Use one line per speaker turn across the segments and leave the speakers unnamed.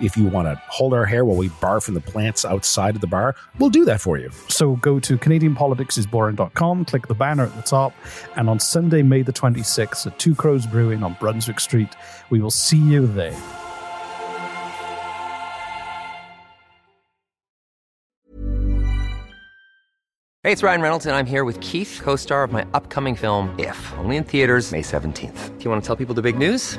If you want to hold our hair while we barf in the plants outside of the bar, we'll do that for you.
So go to CanadianPoliticsIsBoring.com, click the banner at the top, and on Sunday, May the 26th at Two Crows Brewing on Brunswick Street, we will see you there.
Hey, it's Ryan Reynolds, and I'm here with Keith, co star of my upcoming film, If, only in theaters, May 17th. Do you want to tell people the big news?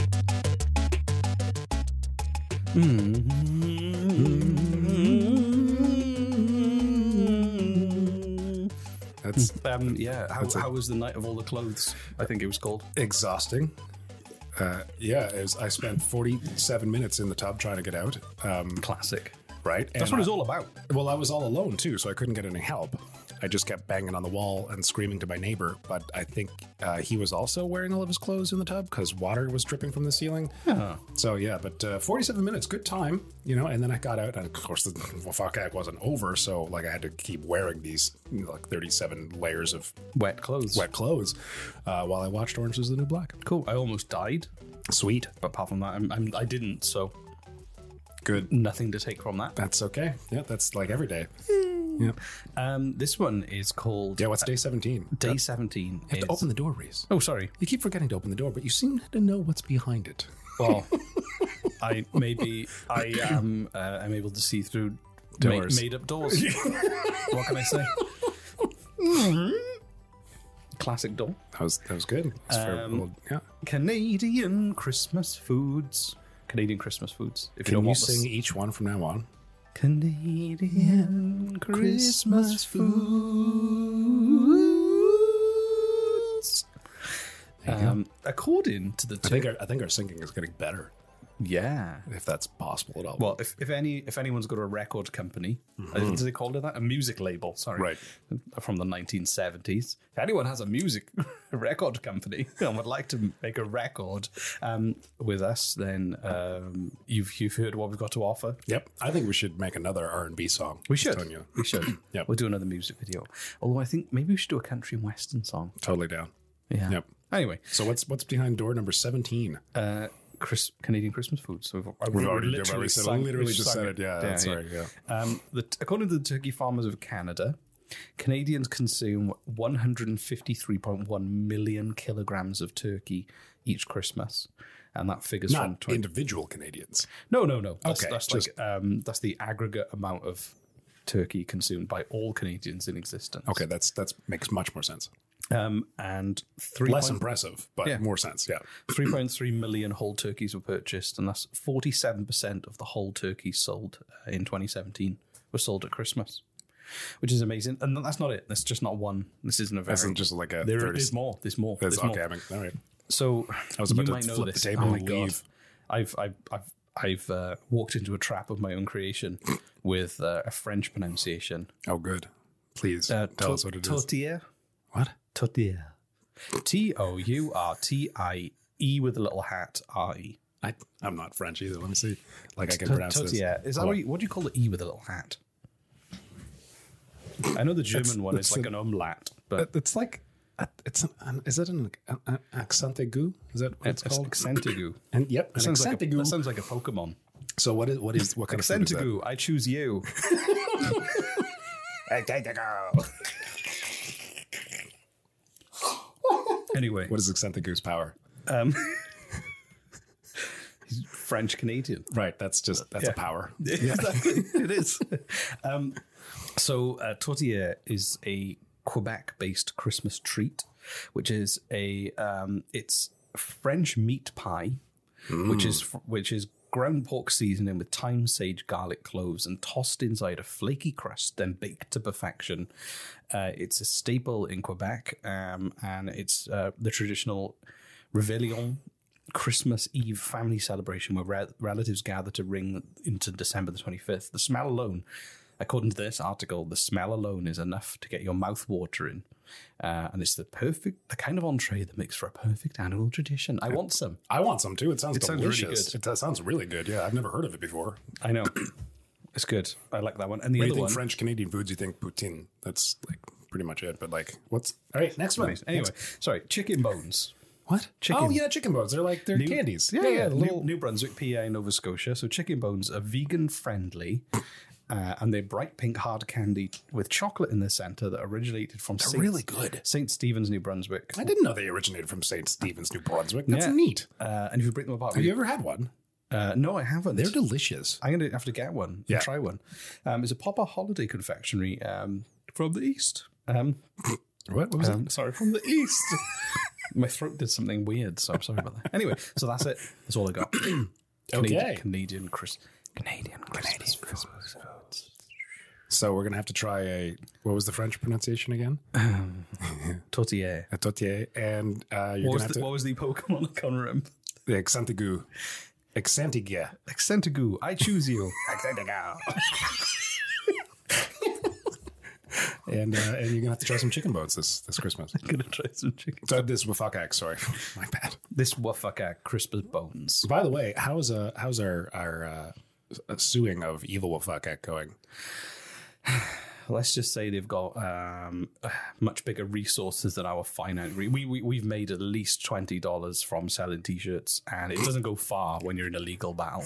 Mm-hmm.
That's um, yeah. How, how was the night of all the clothes? I think it was called.
exhausting. Uh, yeah, it was, I spent 47 minutes in the tub trying to get out. Um,
Classic.
right?
That's
And
what it was
I-
all about.
Well, I was all alone too, so I couldn't get any help. I just kept banging on the wall and screaming to my neighbor, but I think uh, he was also wearing all of his clothes in the tub because water was dripping from the ceiling. So yeah, but uh, 47 minutes, good time, you know. And then I got out, and of course the fuck act wasn't over, so like I had to keep wearing these you know, like 37 layers of
Wet clothes.
wet clothes uh, while I watched Orange Is the New Black.
Cool. I almost died,
Sweet,
but apart from that, I'm, I'm, I didn't. So
good. Uh,
nothing to take from that.
That's okay. Yeah, that's like every day.
Um, this one is called
Yeah, what's day 17?
Day 17.
You
Is...
have to open the door, Reese.
Oh, sorry.
You keep forgetting to open the door, but you seem to know what's behind it.
Well, I maybe I am uh, I'm able to see through ma-
Doors.
made up doors. what can I say? Classic door.
That was that was good. That's for a
Um,
little- yeah.
Canadian Christmas foods. Canadian Christmas foods. If you
Can
don't
you
want the
sing each one from now on?
Canadian Christmas foods. Um, according to the
I think our, I think our singing is getting better
yeah.
if that's possible at all.
Well, if, if any if anyone's got a record company, uh, do they call it that? A music label, sorry,
Mm-hmm. Right.
from the 1970s. If anyone has a music record company and would like to make a record um, with us, then um, you've you've heard what we've got to offer.
yep. I think we should make another R and B song.
We
Just
should.
telling you.
We should.
Yeah.
We'll do another music video. Although I think maybe we should do a country and western song.
Totally down.
Yeah.
Yep.
Anyway,
So what's what's behind door number seventeen?
uh, Chris, Canadian Christmas food. So we've, I- we
already- we've already said-
sang-
literally
we
just
sang
said it. Yeah, that's right, yeah.
Um, the, according to the Turkey Farmers of Canada, Canadians consume 153.1 million kilograms of turkey each Christmas, and that figures from
Not
20,
individual Canadians.
No, no, no. That's,
Okay,
that's
just-
like um, that's the aggregate amount of turkey consumed by all Canadians in existence.
Okay, that's that's makes much more sense.
Um, and three
Less
point-
impressive, but
Yeah.
more sense. Yeah.
3.3 million whole turkeys were purchased, and that's 47% of the whole turkeys sold uh, in 2017 were sold at Christmas, which is amazing. And that's not it. That's just not one. This isn't a very.
That's not just like a
There,
30
there's more. There's more.
That's
there's more.
okay. I mean, all right.
So
I was about
you
to
might know
flip the
this.
table
oh my
and
God.
leave.
I've, I've, I've, I've uh, walked into a trap of my own creation with uh, a French pronunciation.
Oh, good. Please tell
Uh, to-
us what it is.
Tortilla.
What?
Tortilla. T O U R T I E with a little hat R E.
I, I'm not French either. Let me see. Like I can
Tot-
pronounce this.
Tortilla. Is that
Hold
what,
on.
you, what do you call the E with a little hat? I know the German one is
that's
like
a-
an umlaut,
It-
but
It's like it's an, an is that an, an, an accent aigu? Is that what it's,
it's
called?
Accentigu.
and yep, an
Sounds
accent
like a,
aigu.
that sounds like a Pokemon.
so what is what is what kind of food is
Accentigu, I choose you. anyway,
that? What is accent aigu's power?
French Canadian.
Right, that's just that's a power.
it is. Um, so, uh, tortilla is a Quebec-based Christmas treat, which is a um, it's French meat pie, which is fr- which is ground pork seasoning with thyme, sage, garlic, cloves, and tossed inside a flaky crust, then baked to perfection. Uh, it's a staple in Quebec, um, and it's uh, the traditional Réveillon Christmas Eve family celebration where re- relatives gather to ring into December the 25th. The smell alone, according to this article, the smell alone is enough to get your mouth watering. Uh, and it's the perfect, the kind of entree that makes for a perfect annual tradition. I want some.
I want some too. It sounds
It sounds really
delicious.
good.
It does- sounds really good. Yeah, I've never heard of it before.
I know. It's good. I like that one. And the
When you
other
think
one.
French Canadian foods, you think poutine. That's like pretty much it. But like, what's all right? Next one.
Anyway, sorry, chicken bones.
what?
Chicken.
Oh yeah, chicken bones. They're like they're candies.
Yeah, yeah,
the
New,
little-
New Brunswick, PA, and Nova Scotia. So chicken bones are vegan friendly, uh, and they're bright pink hard candy with chocolate in the center that originated from Saint,
Oh, really good.
St. Stephen's, New Brunswick.
I didn't know they originated from St. Stephen's, New Brunswick. That's
Yeah.
neat.
Uh, and if you break them apart,
Have you ever had one?
uh, no, I haven't.
They're delicious.
I'm going to have to get one.
Yeah.
and try one. Um, it's a proper holiday confectionery um, from the east. Um,
What, what was
um,
it?
sorry, from the east. My throat did something weird, so I'm sorry about that. Anyway, so that's it. That's all I got. Canadian,
Okay.
Canadian Chris. Canadian Christmas foods.
So we're gonna have to try a what was the French pronunciation again?
Tortilla.
A tortilla, and uh, you're
What
gonna
was,
have
the,
to
what was the Pokemon? I can't remember.
the accent aigu, accent aigu.
Accentigu. I choose you.
and uh, and you're gonna have to try some chicken bones this this Christmas.
I'm going to try some chicken.
So this wafakak, sorry, my bad.
This wafaka Christmas bones.
By the way, how's uh how's our our uh, s- suing of evil wafakak going?
Let's just say they've got um, much bigger resources than our finance. We, we we've made at least twenty dollars from selling t-shirts, and it doesn't go far when you're in a legal battle.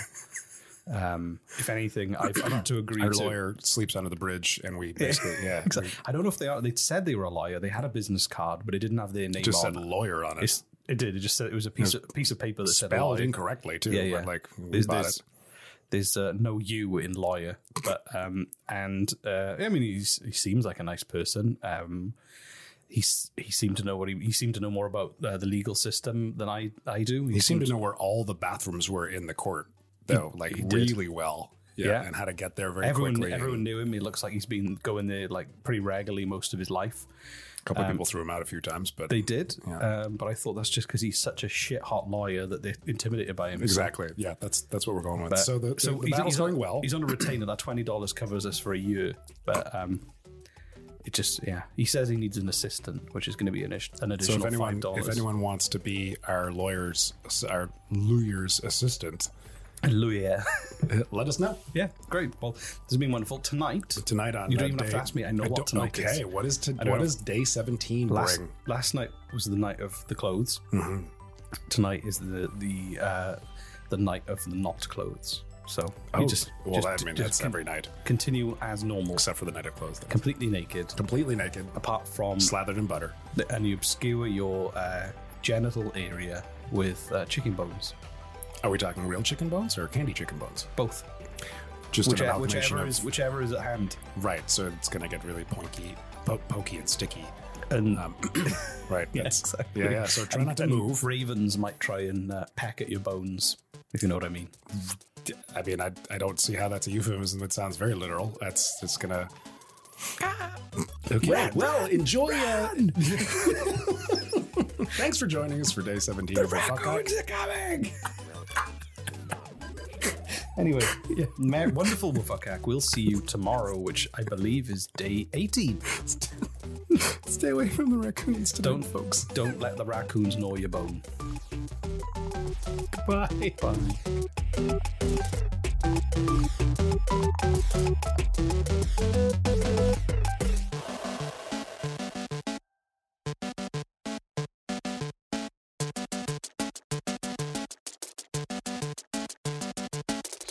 Um, if anything, I've, I've had to agree.
Our
to,
lawyer sleeps under the bridge, and we basically yeah,
Exactly. I don't know if they are. They said they were a lawyer. They had a business card, but it didn't have their name
we just
on
said lawyer on it,
It's- it. did. It just said it was a piece of piece of paper that said
spelled
lawyer.
incorrectly too.
Yeah, yeah.
But like we
there's
bought
there's,
it.
there's uh, no you in lawyer, but um, and uh, I mean he's, he seems like a nice person. Um, he's he seemed to know what he he seemed to know more about uh, the legal system than I I do.
He seemed to know where all the bathrooms were in the court, though, like really well. Yeah,
Yeah.
and how to get there very
everyone
quickly.
everyone knew him. He looks like he's been going there like pretty regularly most of his life.
a couple of people threw him out a few times, but
Um, They did, um, but I thought that's just because he's such a shit hot lawyer that they're intimidated by him.
exactly, yeah, that's that's what we're going with.
But-
so the, so the
he's,
battle's
he's
going
on,
well.
He's on a retainer. That twenty dollars covers us for a year, but um, it just yeah. He says he needs an assistant, which is going to be an, ish- an
So
additional
if anyone
five dollars.
if anyone wants to be our lawyers our lawyer's assistant,
Hallelujah.
let us know
yeah, great. Well, this has been wonderful tonight.
tonight on.
you don't
uh,
even have
day-
to ask me. I know
I
what
don't-
tonight
okay,
is.
what is to,
I don't
what
know.
does day seventeen
Last,
bring? Mm-hmm.
last night was the night of the clothes. Tonight is the the uh, the night of the not clothes. So we
Oh,
just
well,
just,
I mean,
just
that's
con-
every night
continue as normal,
except for the night of clothes. That's
completely naked,
completely naked,
apart from
slathered in butter.
and you obscure your uh, genital area with uh, chicken bones.
Are we talking real chicken bones or candy chicken bones?
Both,
Just an
whichever,
amalgamation
whichever
of-
is whichever is at hand.
Right, so it's going to get really poinky, po- pokey and sticky.
And
Um, right. that's-
exactly.
Yeah, yeah. So try
And-
not to
and
move.
Ravens might try and uh, peck at your bones, if you know what I mean.
I mean, I, I don't see how that's a euphemism. It sounds very literal. That's it's going to. Okay. Ah. well, enjoy. Uh... Thanks for joining us for day 17 of the Fuck Up.
coming.
Anyway, yeah, mer- wonderful Wafakak. We'll see you tomorrow, which I believe is day 18.
Stay away from the raccoons today,
Don't, folks, don't let the raccoons gnaw your bone.
Bye.
Bye.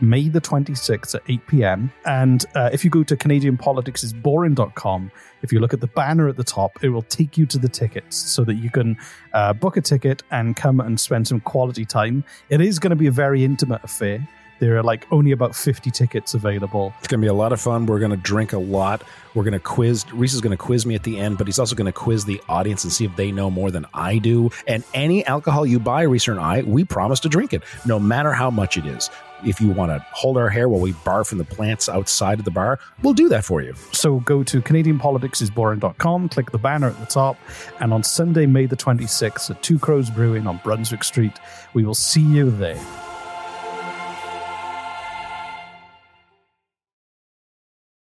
May the 26th at 8 p.m. And uh, if you go to CanadianPoliticsIsBoring.com, if you look at the banner at the top, it will take you to the tickets so that you can uh, book a ticket and come and spend some quality time. It is going to be a very intimate affair. There are like only about 50 tickets available.
It's going to be a lot of fun. We're going to drink a lot. We're going to quiz. Reese is going to quiz me at the end, but he's also going to quiz the audience and see if they know more than I do. And any alcohol you buy, Reese and I, we promise to drink it, no matter how much it is. If you want to hold our hair while we barf from the plants outside of the bar, we'll do that for you.
So go to CanadianPoliticsIsBoring.com, click the banner at the top, and on Sunday, May the 26th at Two Crows Brewing on Brunswick Street, we will see you there.